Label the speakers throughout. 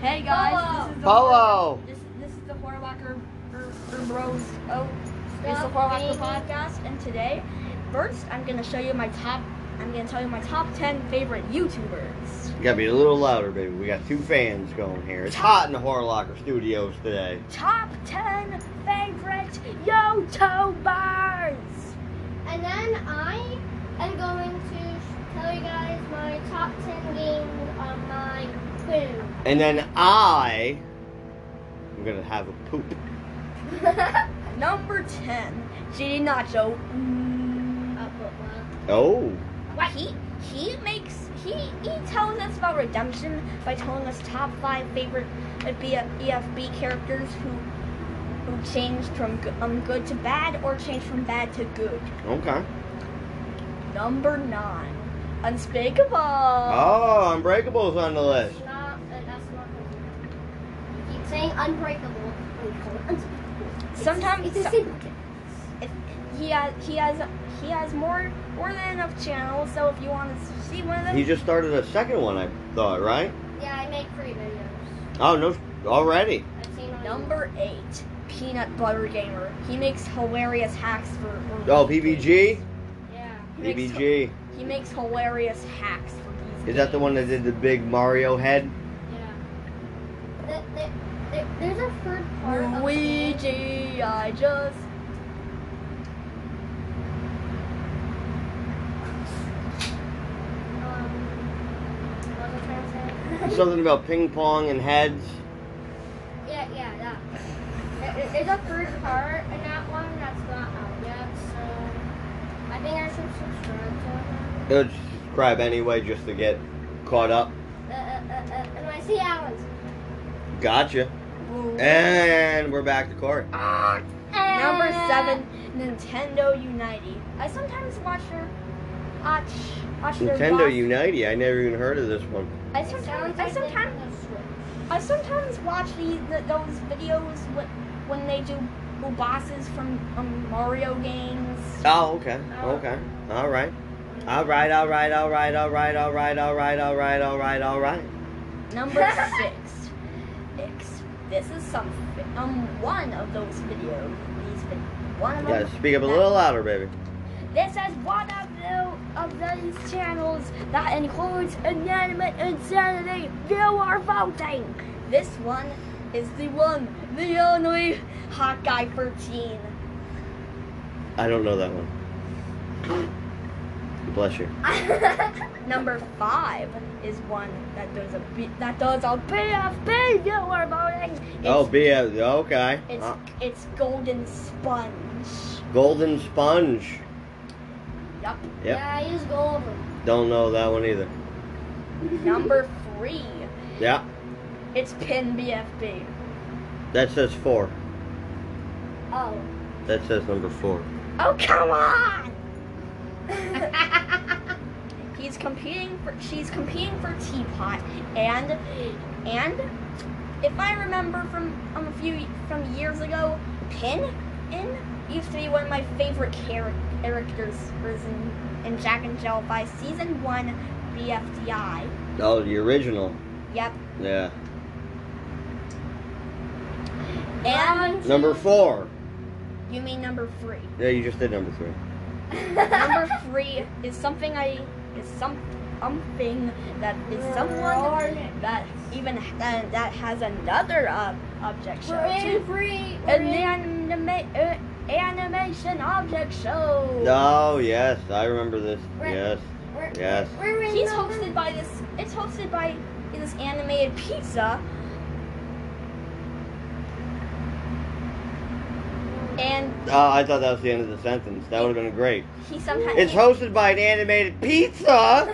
Speaker 1: Hey guys, this is the
Speaker 2: Polo.
Speaker 1: This, this is the Horwacker er, er, Bros. Oh, it's the
Speaker 3: Stop
Speaker 1: Horwacker
Speaker 3: being-
Speaker 1: podcast, and today, first, I'm gonna show you my top. I'm gonna tell you my top ten favorite YouTubers.
Speaker 2: You gotta be a little louder, baby. We got two fans going here. It's hot in the Horror Locker Studios today.
Speaker 1: Top ten favorite YouTubers.
Speaker 3: And then I am going to tell you guys my top 10 games on my phone.
Speaker 2: And then I, I'm gonna have a poop.
Speaker 3: Uh,
Speaker 1: Number ten, JD Nacho. Mm,
Speaker 3: I'll put one.
Speaker 2: Oh,
Speaker 1: What he he makes he he tells us about redemption by telling us top five favorite uh, BF, EFB characters who who changed from g- um good to bad or changed from bad to good.
Speaker 2: okay.
Speaker 1: Number nine, Unspeakable.
Speaker 2: Oh, Unbreakable's on the list.
Speaker 3: It's not, uh, that's not good. You keep saying unbreakable. and you call it unspeakable. It's-
Speaker 1: Sometimes-
Speaker 3: it's a
Speaker 1: so-
Speaker 3: synonym.
Speaker 1: He has he has he has more more than enough channels. So if you want to see one of them,
Speaker 2: He just started a second one, I thought, right?
Speaker 3: Yeah, I make three videos.
Speaker 2: Oh, no, already.
Speaker 3: I've seen on
Speaker 1: number eight, Peanut Butter Gamer. He makes hilarious hacks for. for
Speaker 2: Oh, PBG?
Speaker 3: Yeah.
Speaker 1: He makes-
Speaker 2: PBG.
Speaker 1: He makes hilarious hacks for these.
Speaker 2: Is that the one that did the big Mario head?
Speaker 3: Yeah. The, the, the, there's a third part of the game.
Speaker 1: Luigi, I just.
Speaker 3: Um, what was I trying to say?
Speaker 2: Something about ping pong and heads.
Speaker 3: Yeah, yeah, yeah. There- there- There's a third part in that one that's not out yet, so I think I should subscribe to it.
Speaker 2: It would subscribe anyway just to get caught up.
Speaker 3: Uh, uh, uh, uh, and when I see Alan's.
Speaker 2: Gotcha. And we're back to Corey.
Speaker 1: Number
Speaker 3: Uh,
Speaker 1: seven, Nintendo Unite. I sometimes watch her. Watch, watch their
Speaker 2: Nintendo
Speaker 1: vlogs.
Speaker 2: United. I never even heard of this one.
Speaker 1: I
Speaker 3: It
Speaker 1: sometimes,
Speaker 3: sounds
Speaker 1: I
Speaker 3: like
Speaker 1: sometimes,
Speaker 3: Nintendo Switch.
Speaker 1: I sometimes watch these th those videos when when they do bosses from um, Mario games.
Speaker 2: Oh, okay. Okay. All right. All right. All right. All right. All right. All right. All right. All right. All right. All right.
Speaker 1: Number six, X. This is some fi- um one of those videos. These vid- one of
Speaker 2: You
Speaker 1: them.
Speaker 2: gotta speak up a little louder, baby.
Speaker 1: This is one of the of these channels that includes inanimate insanity. You are voting. This one is the one, the only hot guy 13.
Speaker 2: I don't know that one. Bless you.
Speaker 1: Number five is one that does a B, that does a BFB. You are voting. It's,
Speaker 2: Oh, be a, okay.
Speaker 1: it's
Speaker 2: Uh,
Speaker 1: it's Golden Sponge.
Speaker 2: golden sponge.
Speaker 1: Yup.
Speaker 2: Yep.
Speaker 3: Yeah, I use golden.
Speaker 2: Don't know that one either.
Speaker 1: Number three,
Speaker 2: Yeah.
Speaker 1: it's Pin BFB.
Speaker 2: That says four.
Speaker 3: Oh.
Speaker 2: That says number four.
Speaker 1: Oh come on! He's competing for she's competing for teapot and and if I remember from um, a few from years ago, Pin in used to be one of my favorite char- characters in, in Jack and Jill by season one BFDI.
Speaker 2: Oh, the original.
Speaker 1: Yep.
Speaker 2: Yeah.
Speaker 1: And
Speaker 2: Number four.
Speaker 1: you mean number three.
Speaker 2: Yeah, you just did number three.
Speaker 1: Number three is something I is some something that is someone that even uh, that has another uh, object show.
Speaker 3: We're in free. We're
Speaker 1: An
Speaker 3: in.
Speaker 1: anima- uh, animation object show.
Speaker 2: Oh yes, I remember this.
Speaker 3: Right.
Speaker 2: Yes.
Speaker 3: We're,
Speaker 2: Yes.
Speaker 3: We're in.
Speaker 1: He's
Speaker 3: number-
Speaker 1: hosted by this. It's hosted by this animated pizza. And
Speaker 2: Oh, I thought that was the end of the sentence. That would have been great.
Speaker 1: he sometimes
Speaker 2: It's
Speaker 1: he,
Speaker 2: hosted by an animated pizza.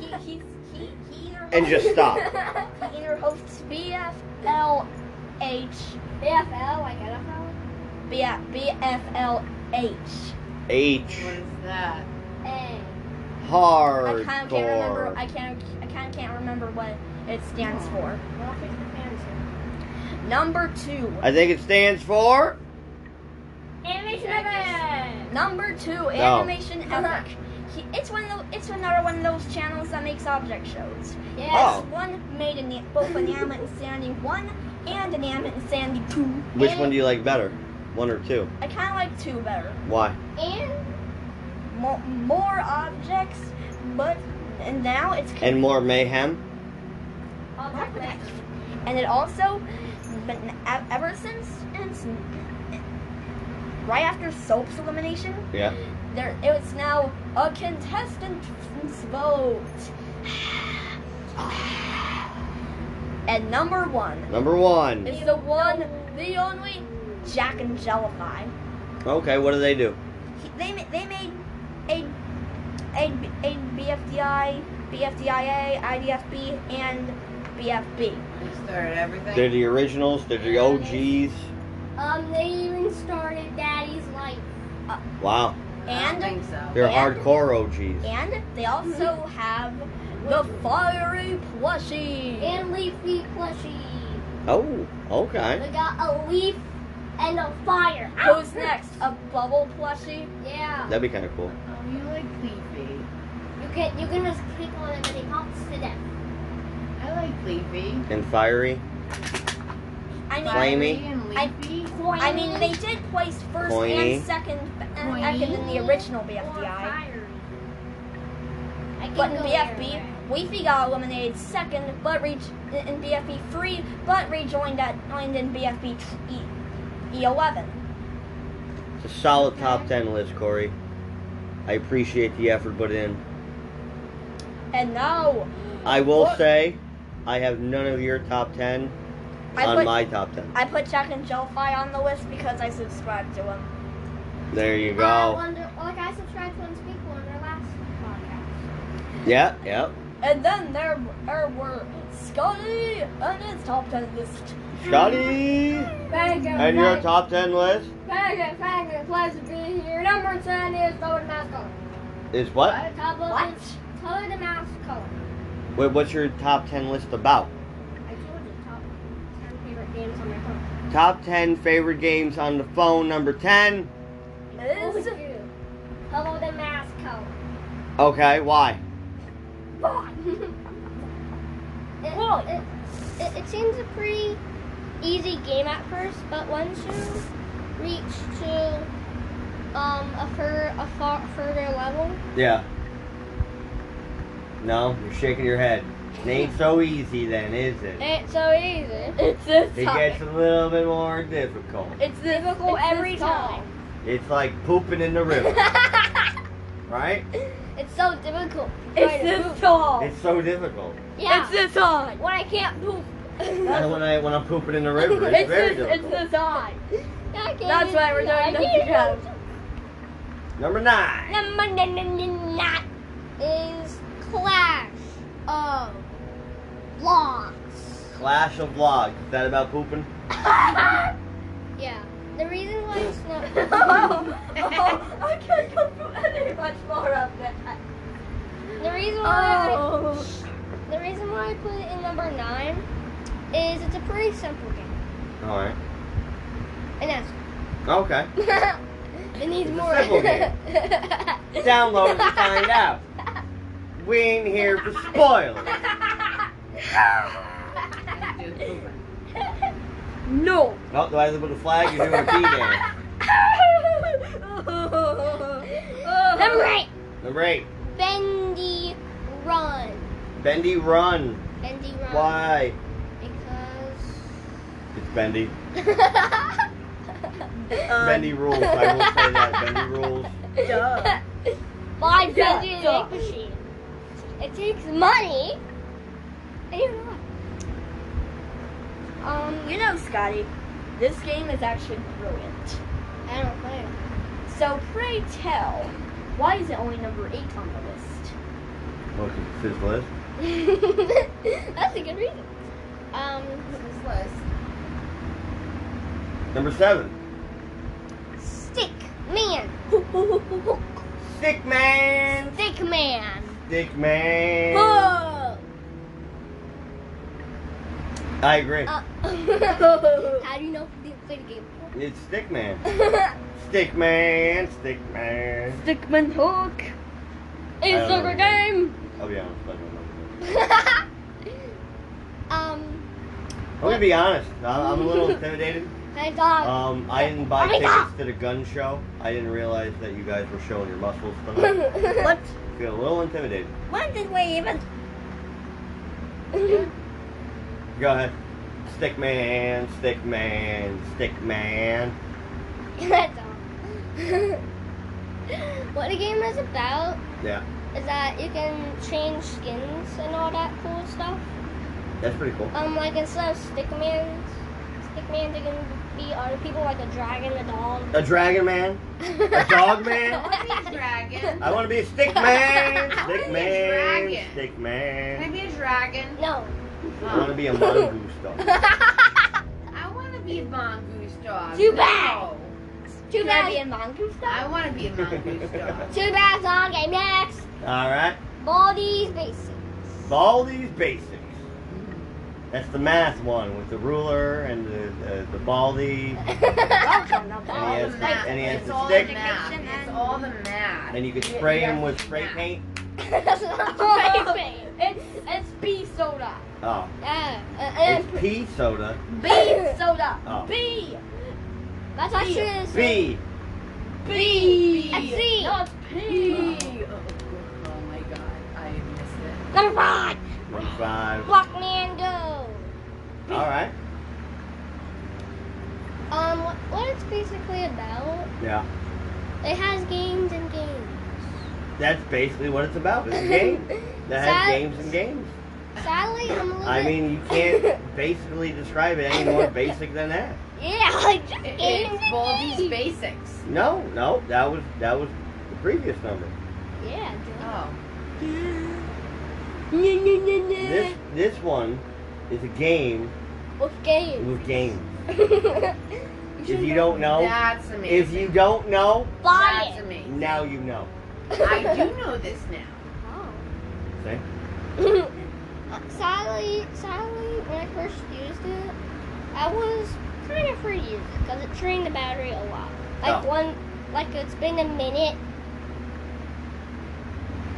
Speaker 1: he, he, he, he either
Speaker 2: And just stop.
Speaker 1: He either hosts BFLH,
Speaker 3: BFL, like NFL.
Speaker 1: yeah, BFLH.
Speaker 2: H
Speaker 4: What is that?
Speaker 3: A.
Speaker 1: I
Speaker 2: hardcore.
Speaker 1: kind of can't remember. I kind of, I kind of can't remember what it stands for.
Speaker 3: Well, here's the fantasy.
Speaker 1: Number two.
Speaker 2: I think it stands for.
Speaker 3: Animation
Speaker 4: Jack
Speaker 3: event.
Speaker 1: Number two.
Speaker 2: No.
Speaker 1: Animation epic. he, it's one of the, it's another one of those channels that makes object shows.
Speaker 3: Yes.
Speaker 2: Oh.
Speaker 1: One made a, Na- both a Namet and Sandy one and a Namet and Sandy two.
Speaker 2: Which
Speaker 3: And-
Speaker 2: one do you like better? One or two?
Speaker 1: I kind of like two better.
Speaker 2: Why?
Speaker 3: And
Speaker 1: More, more objects, but and now it's
Speaker 2: And more mayhem?
Speaker 3: object list.
Speaker 1: and it also but n- e- ever since since- right after soap's elimination
Speaker 2: Yeah.
Speaker 1: there it was now a contestant's vote and number one
Speaker 2: Number one.
Speaker 1: is the one the only jack and jellify
Speaker 2: Okay, what do they do?
Speaker 1: he, they ma- they made a a, a BFDI, BFDIA, IDFB, and BFB.
Speaker 4: They started everything.
Speaker 2: They're the originals, they're the OGs.
Speaker 3: Um, they even started Daddy's Life.
Speaker 2: Wow.
Speaker 4: I
Speaker 1: And
Speaker 4: don't think so.
Speaker 2: They're
Speaker 1: And-
Speaker 2: hardcore OGs.
Speaker 1: And they also have the fiery plushie.
Speaker 3: And Leafy Plushie.
Speaker 2: Oh, okay.
Speaker 3: We got a leaf and a fire.
Speaker 1: Who's next? A bubble plushie.
Speaker 3: Yeah.
Speaker 2: That'd be kind of cool.
Speaker 4: Oh, you like Leafy.
Speaker 3: You can you can just click on it and it pops to them.
Speaker 4: I like Leafy.
Speaker 2: And fiery.
Speaker 1: I mean,
Speaker 2: Flamey.
Speaker 4: Fiery and
Speaker 1: I-
Speaker 4: Leafy.
Speaker 1: I mean, they did place first
Speaker 2: Pointy.
Speaker 1: and second, and
Speaker 4: Pointy.
Speaker 1: second in the original
Speaker 3: Or
Speaker 1: BFDI.
Speaker 3: fiery. I can
Speaker 1: But in
Speaker 3: go
Speaker 1: BFB,
Speaker 3: everywhere.
Speaker 1: Weefy got eliminated second, but re- in BFB three, but rejoined at joined in BFB t- E- E11.
Speaker 2: It's a solid top 10 list, Corey. I appreciate the effort put in.
Speaker 1: And now
Speaker 2: I will
Speaker 1: What?
Speaker 2: say, I have none of your top 10
Speaker 1: I
Speaker 2: on
Speaker 1: put
Speaker 2: my top 10.
Speaker 1: I put Jack and Jellify on the list because I subscribed to him.
Speaker 2: There you
Speaker 3: I
Speaker 2: go.
Speaker 3: wonder, like I subscribed to one people on their last podcast.
Speaker 2: Yeah, yeah.
Speaker 1: And then there, there were Scotty and his top 10 list.
Speaker 2: Scotty!
Speaker 3: Bag
Speaker 2: And your top 10 list
Speaker 3: Bag Bag Plus be here. Number ten is Bob the Mouse Color.
Speaker 2: is what?
Speaker 3: Top of
Speaker 1: What?
Speaker 3: the Top of the Mouse Color.
Speaker 2: Wait, what's your top 10 list about?
Speaker 3: I told you top ten favorite games on my phone.
Speaker 2: Top 10 favorite games on the phone, number 10.
Speaker 1: Is
Speaker 3: Oh, Hello the Mouse Color.
Speaker 2: Okay, why?
Speaker 3: It,
Speaker 1: Why?
Speaker 3: It, it, it seems a pretty easy game at first, but once you reach to um, a, fur, a far, further level,
Speaker 2: Yeah. No, you're shaking your head. It ain't so easy then, is it?
Speaker 3: it's so easy.
Speaker 1: it's this
Speaker 2: It
Speaker 1: top.
Speaker 2: gets a little bit more difficult.
Speaker 1: It's this
Speaker 3: Difficult
Speaker 1: it's this
Speaker 3: every time.
Speaker 2: It's like pooping in the river, right?
Speaker 3: It's so difficult.
Speaker 1: It's this tall.
Speaker 2: It's so difficult.
Speaker 3: yeah.
Speaker 1: It's this high.
Speaker 3: when I can't poop.
Speaker 2: And when I when I'm pooping in the river, it's,
Speaker 1: It's
Speaker 2: very
Speaker 1: this, it's
Speaker 2: difficult.
Speaker 1: this high.
Speaker 3: I can't
Speaker 1: That's
Speaker 3: do
Speaker 1: why we're
Speaker 3: that.
Speaker 1: doing
Speaker 3: I can't
Speaker 1: Dungeon
Speaker 3: do
Speaker 2: Number nine.
Speaker 3: Number n- n- n- not is Clash of Blocks.
Speaker 2: Clash of Vlogs. Is that about pooping?
Speaker 3: Yeah. The reason why it's
Speaker 1: oh,
Speaker 3: not
Speaker 1: oh, I can't come from any much more of that.
Speaker 3: the reason why
Speaker 1: Oh.
Speaker 3: I, the reason why I put it in number nine is it's a pretty simple game,
Speaker 2: All right.
Speaker 3: and that's
Speaker 2: Okay.
Speaker 3: it needs
Speaker 2: It's a
Speaker 3: more.
Speaker 2: simple game. Download and find out. We ain't here for spoilers.
Speaker 4: Dude, pooping.
Speaker 1: No.
Speaker 2: Oh, do I have to put a flag? You're doing a pee dance.
Speaker 3: number eight,
Speaker 2: Number eight.
Speaker 3: Bendy Run.
Speaker 2: Bendy Run.
Speaker 3: Bendy Run.
Speaker 2: Why? It's Bendy.
Speaker 3: Because.
Speaker 2: Bendy rules. I will say that. Bendy rules.
Speaker 1: Duh.
Speaker 3: Buy
Speaker 1: Yeah,
Speaker 3: Bendy the
Speaker 1: duh.
Speaker 3: egg machine. It takes money. And you're not.
Speaker 1: Um, you know, Scotty, this game is actually brilliant.
Speaker 3: I don't play it.
Speaker 1: So pray tell, why is it only number eight on the list?
Speaker 2: Look, it's his list.
Speaker 3: That's a good reason. Um,
Speaker 4: What's this list?
Speaker 2: Number seven.
Speaker 3: stick man,
Speaker 2: Stick man.
Speaker 3: stick man.
Speaker 2: Stick man.
Speaker 3: Whoa.
Speaker 2: I agree.
Speaker 3: Uh, how do you know if you play the game?
Speaker 2: It's Stick man. Stick man. Stick man.
Speaker 1: Stickman Hook.
Speaker 2: I
Speaker 1: It's a
Speaker 2: don't know.
Speaker 1: good game.
Speaker 2: I'll be honest. I don't know.
Speaker 1: um,
Speaker 2: I'm gonna be honest. I- I'm a little intimidated.
Speaker 1: I thought.
Speaker 2: Um, I didn't buy
Speaker 1: Oh my God.
Speaker 2: tickets to the gun show. I didn't realize that you guys were showing your muscles tonight.
Speaker 1: what?
Speaker 2: Feel a little intimidated.
Speaker 1: When did we even?
Speaker 2: Go ahead. Stick man, stick man, stick man.
Speaker 3: That's all. what the game is about
Speaker 2: Yeah,
Speaker 3: is that you can change skins and all that cool stuff.
Speaker 2: that's pretty cool.
Speaker 3: Um, like instead of Stickman's, Stickman, they can be other people like a dragon, a dog.
Speaker 2: A dragon man. A dog man?
Speaker 4: Dragon.
Speaker 2: I want to be a stick man.
Speaker 4: I wanna
Speaker 2: Stick
Speaker 4: be a
Speaker 2: man.
Speaker 4: dragon.
Speaker 2: Stick
Speaker 4: Can I
Speaker 2: man.
Speaker 4: be a dragon?
Speaker 3: no.
Speaker 2: I want to be a mongoose dog.
Speaker 4: I want to be a mongoose dog.
Speaker 1: Too bad.
Speaker 4: No.
Speaker 1: Too
Speaker 3: Can I
Speaker 1: bad.
Speaker 3: be
Speaker 1: in mongoose
Speaker 4: I want to be a mongoose dog.
Speaker 3: Two bags on game next.
Speaker 2: All right.
Speaker 3: Baldi's basic.
Speaker 2: Baldi's Basics. That's the math one with the ruler and the the, the baldy. And he
Speaker 4: All
Speaker 2: has
Speaker 4: the
Speaker 2: the-
Speaker 4: math.
Speaker 2: and he has
Speaker 4: it's
Speaker 2: the
Speaker 4: all
Speaker 2: stick.
Speaker 4: the math. It's all the math.
Speaker 2: And you can
Speaker 4: Yeah,
Speaker 2: spray
Speaker 4: yeah,
Speaker 2: him with
Speaker 4: yeah.
Speaker 2: spray paint.
Speaker 3: That's not my favorite.
Speaker 1: it's it's pea soda.
Speaker 2: Oh,
Speaker 3: Yeah. Uh,
Speaker 2: it's
Speaker 3: and
Speaker 2: pea soda.
Speaker 1: Bee soda.
Speaker 2: Oh.
Speaker 1: Bee.
Speaker 3: that's actually the same.
Speaker 2: B.
Speaker 1: Bee.
Speaker 4: Bee.
Speaker 3: Bee.
Speaker 1: No, it's
Speaker 4: Oh,
Speaker 1: pea.
Speaker 4: oh my god, I missed it.
Speaker 3: Number five.
Speaker 2: One five. All
Speaker 3: Blockman go.
Speaker 2: right.
Speaker 3: Um, wh- what it's basically about,
Speaker 2: Yeah.
Speaker 3: it has games and games.
Speaker 2: That's basically what it's about. It's a game that has
Speaker 3: Sad-
Speaker 2: games and games.
Speaker 3: Sadly, I'm a little
Speaker 2: I
Speaker 3: bit.
Speaker 2: mean, you can't basically describe it any more basic than that.
Speaker 3: Yeah, like just
Speaker 4: It-
Speaker 3: games and
Speaker 4: It's Baldi's
Speaker 3: games.
Speaker 4: Basics.
Speaker 2: No, no, that was that was the previous number.
Speaker 3: Yeah, dude.
Speaker 4: Oh.
Speaker 2: This this one is a game
Speaker 3: What game?
Speaker 2: with games. If
Speaker 3: should
Speaker 2: you don't know,
Speaker 4: That's amazing.
Speaker 2: if you don't know,
Speaker 3: Buy
Speaker 4: That's
Speaker 3: it.
Speaker 4: amazing.
Speaker 2: now you know.
Speaker 4: I do know this now.
Speaker 3: Oh.
Speaker 2: See?
Speaker 3: Uh, sadly, sadly, when I first used it, I was kind of afraid to use it because it drained the battery a lot. Like
Speaker 2: Oh.
Speaker 3: one, like it's been a minute.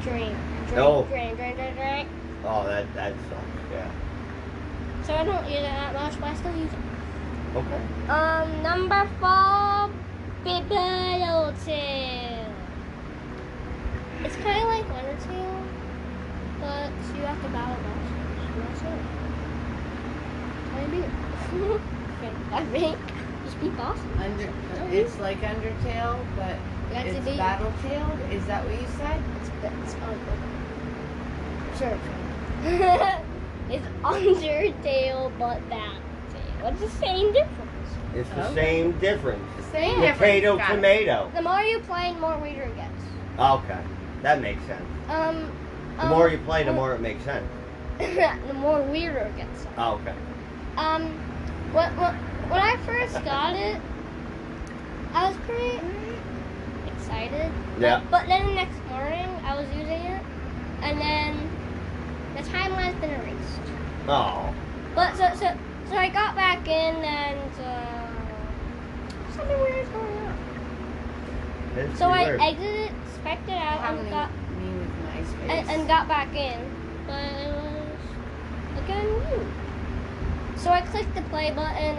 Speaker 3: Drain, drain,
Speaker 2: No.
Speaker 3: drain, drain, drain, drain.
Speaker 2: Oh, that that sucks. Yeah.
Speaker 3: So I don't use it that much, but I still use it.
Speaker 2: Okay.
Speaker 3: Um, number four, Big Tail. It's kind of like Wonder Tail, but you have to battle monsters. and That's it. Maybe. I think just be bossy.
Speaker 4: Under, it's like Undertale, but
Speaker 3: You have to
Speaker 4: it's
Speaker 3: be.
Speaker 4: Battletailed. Is that what you said?
Speaker 3: It's, it's on. Sure. sure. it's Undertale, but Battle Tail. It's the same difference.
Speaker 2: It's the
Speaker 4: Okay.
Speaker 2: same difference.
Speaker 4: Same difference.
Speaker 2: Potato,
Speaker 4: Got it.
Speaker 2: tomato.
Speaker 3: The more you play, the more reader it gets.
Speaker 2: Okay, that makes sense.
Speaker 3: Um.
Speaker 2: The
Speaker 3: um,
Speaker 2: more you play, the
Speaker 3: um,
Speaker 2: more it makes sense.
Speaker 3: the more weirder it gets.
Speaker 2: Okay.
Speaker 3: Um, what, what, when I first got it, I was pretty excited.
Speaker 2: Yeah.
Speaker 3: But then the next morning, I was using it, and then the timeline's been erased.
Speaker 2: Oh.
Speaker 3: But so so so I got back in, and uh, something weird is going on.
Speaker 2: that's
Speaker 3: So I
Speaker 2: weird.
Speaker 3: exited, spec'd it out,
Speaker 4: How
Speaker 3: and got
Speaker 4: many me with my space?
Speaker 3: and, and got back in, but it was again new. So I clicked the play button and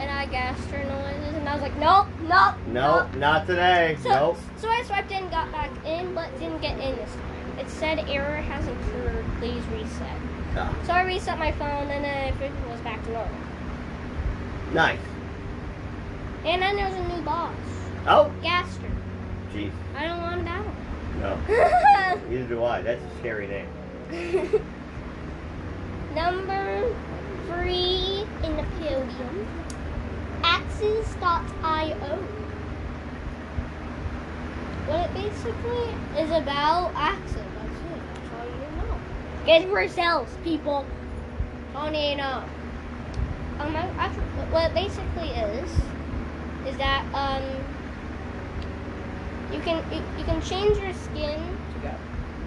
Speaker 3: and I gasped for noises and I was like, nope, nope,
Speaker 2: no, not today.
Speaker 3: Oh. So
Speaker 2: nope.
Speaker 3: so I swiped in, got back in, but didn't get in this time. It said error hasn't cured, please reset.
Speaker 2: Ah.
Speaker 3: So I reset my phone and then everything was back to normal.
Speaker 2: Nice.
Speaker 3: And then there was a new boss,
Speaker 2: Oh,
Speaker 3: Gaster.
Speaker 2: jeez.
Speaker 3: I don't want to battle.
Speaker 2: No, neither do I. That's a scary name.
Speaker 3: Number three in the podium, Axes.io. What it basically is about Axes. That's it. That's all you know. Get for yourselves, people. All you know. Um, I, I, what it basically is is that um, you can you, you can change your skin
Speaker 4: To go.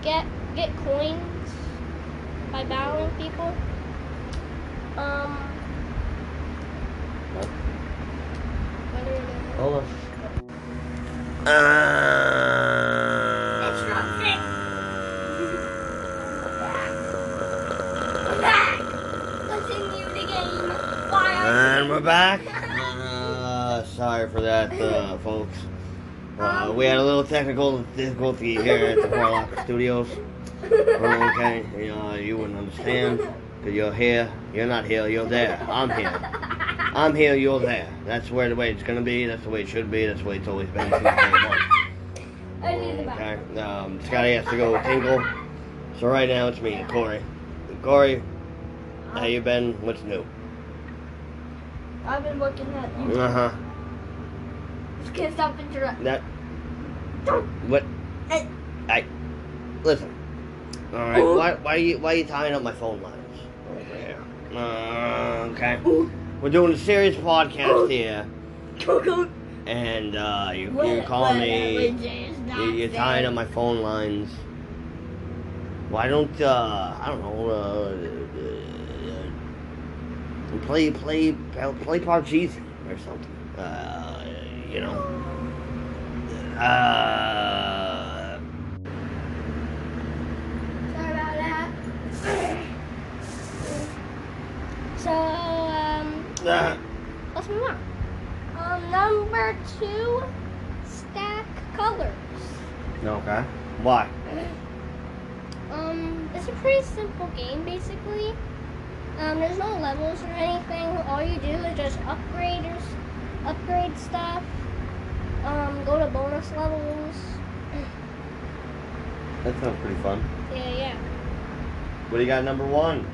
Speaker 3: get get coins by battling people. Um. what do we do?
Speaker 2: Hold on.
Speaker 4: It's not
Speaker 2: back. Uh, sorry for that, uh, folks.
Speaker 3: Um,
Speaker 2: Uh, we had a little technical difficulty here at the Warlock Studios. We're okay, you know, you wouldn't understand. Cause you're here, you're not here, you're there. I'm here. I'm here, you're there. That's where the way it's gonna be, that's the way it should be, that's the way it's always been since day one.
Speaker 3: I need the back.
Speaker 2: Okay. Um, Scotty has to go tingle. So right now it's me, and Corey. Corey, how you been? What's new?
Speaker 1: I've been looking at you.
Speaker 2: Uh huh.
Speaker 1: Just can't stop interrupting.
Speaker 2: That. What? I. Listen. All right. Why? Why are you? Why are you tying up my phone lines? Over here. Uh, okay. We're doing a serious podcast here, and uh, you you're calling me. You- You're tying up my phone lines. Why don't uh I don't know uh, uh play play uh, play Parcheesi or something. Uh you know. Uh
Speaker 3: Sorry about that. So, um,
Speaker 2: uh,
Speaker 3: let's move on. Um, number two, stack colors.
Speaker 2: okay. Why?
Speaker 3: Um, it's a pretty simple game, basically. Um, there's no levels or anything. All you do is just upgraders, upgrade stuff. Um, go to bonus levels.
Speaker 2: That sounds pretty fun.
Speaker 3: Yeah, yeah.
Speaker 2: What do you got number one?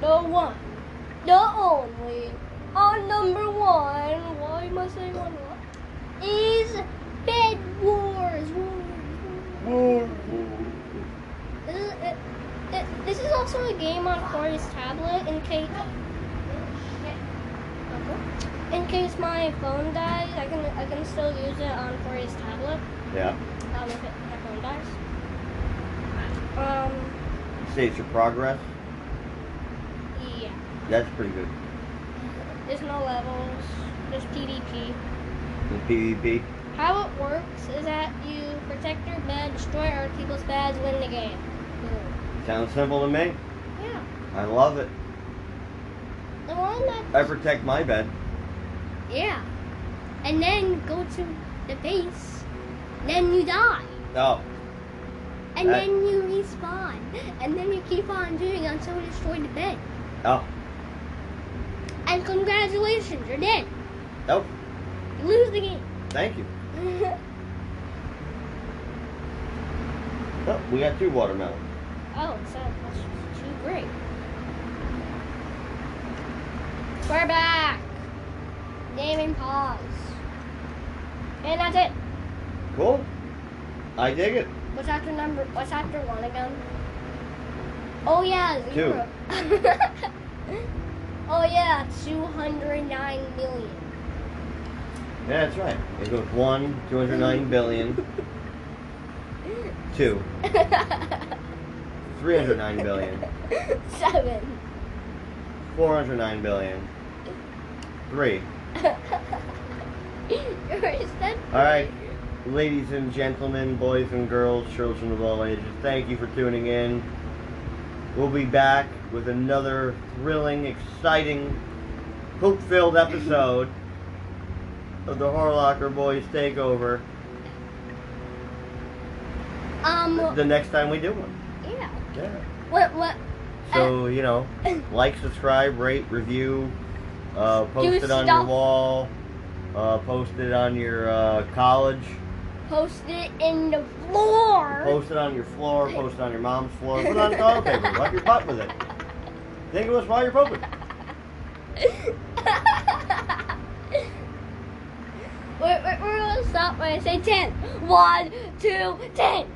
Speaker 3: The one, the only, on number one, why must I one one, is Bed Wars. Wars, Wars. This is, it, it, Uh, this is also a game on Corey's tablet in case. In case my phone dies, I can I can still use it on Corey's tablet.
Speaker 2: Yeah.
Speaker 3: Um, if it, my phone dies. Um,
Speaker 2: States your progress.
Speaker 3: yeah.
Speaker 2: That's pretty good.
Speaker 3: There's no levels. There's PvP.
Speaker 2: The PvP.
Speaker 3: How it works is that you protect your bed, destroy other people's beds, win the game.
Speaker 2: Sounds simple to me.
Speaker 3: Yeah.
Speaker 2: I love it.
Speaker 3: The one
Speaker 2: I
Speaker 3: that.
Speaker 2: protect my bed.
Speaker 3: Yeah. And then go to the base. Then you die.
Speaker 2: Oh.
Speaker 3: And
Speaker 2: Uh,
Speaker 3: then you respawn. And then you keep on doing until you destroy the bed.
Speaker 2: Oh.
Speaker 3: And congratulations, you're dead.
Speaker 2: Nope.
Speaker 3: You lose the game.
Speaker 2: Thank you. Oh, we got two watermelons.
Speaker 3: oh, so that's too great. We're back. Name and pause. And that's it.
Speaker 2: Cool. I dig it.
Speaker 3: What's after number? What's after one again? Oh yeah, zero. oh yeah, two hundred nine million.
Speaker 2: Yeah, that's right. It goes one, two hundred nine billion, two, three hundred nine billion,
Speaker 3: Seven.
Speaker 2: four hundred nine billion, three.
Speaker 3: Yours then.
Speaker 2: All right, ladies and gentlemen, boys and girls, children of all ages, thank you for tuning in. We'll be back with another thrilling, exciting, hope-filled episode of the Horlocker Boys Takeover.
Speaker 3: Um.
Speaker 2: The next time we do one.
Speaker 3: Yeah.
Speaker 2: Yeah.
Speaker 3: What? What?
Speaker 2: So you know, like, subscribe, rate, review, uh,
Speaker 3: Do
Speaker 2: post it on your
Speaker 3: stuff.
Speaker 2: wall, uh, post it on your uh, college,
Speaker 3: Post it in the floor.
Speaker 2: post it on your floor, post it on your mom's floor, put it on toilet paper, wipe your butt with it. Think of us while you're pooping.
Speaker 3: we're, we're, we're gonna stop when I say ten. One, two, ten.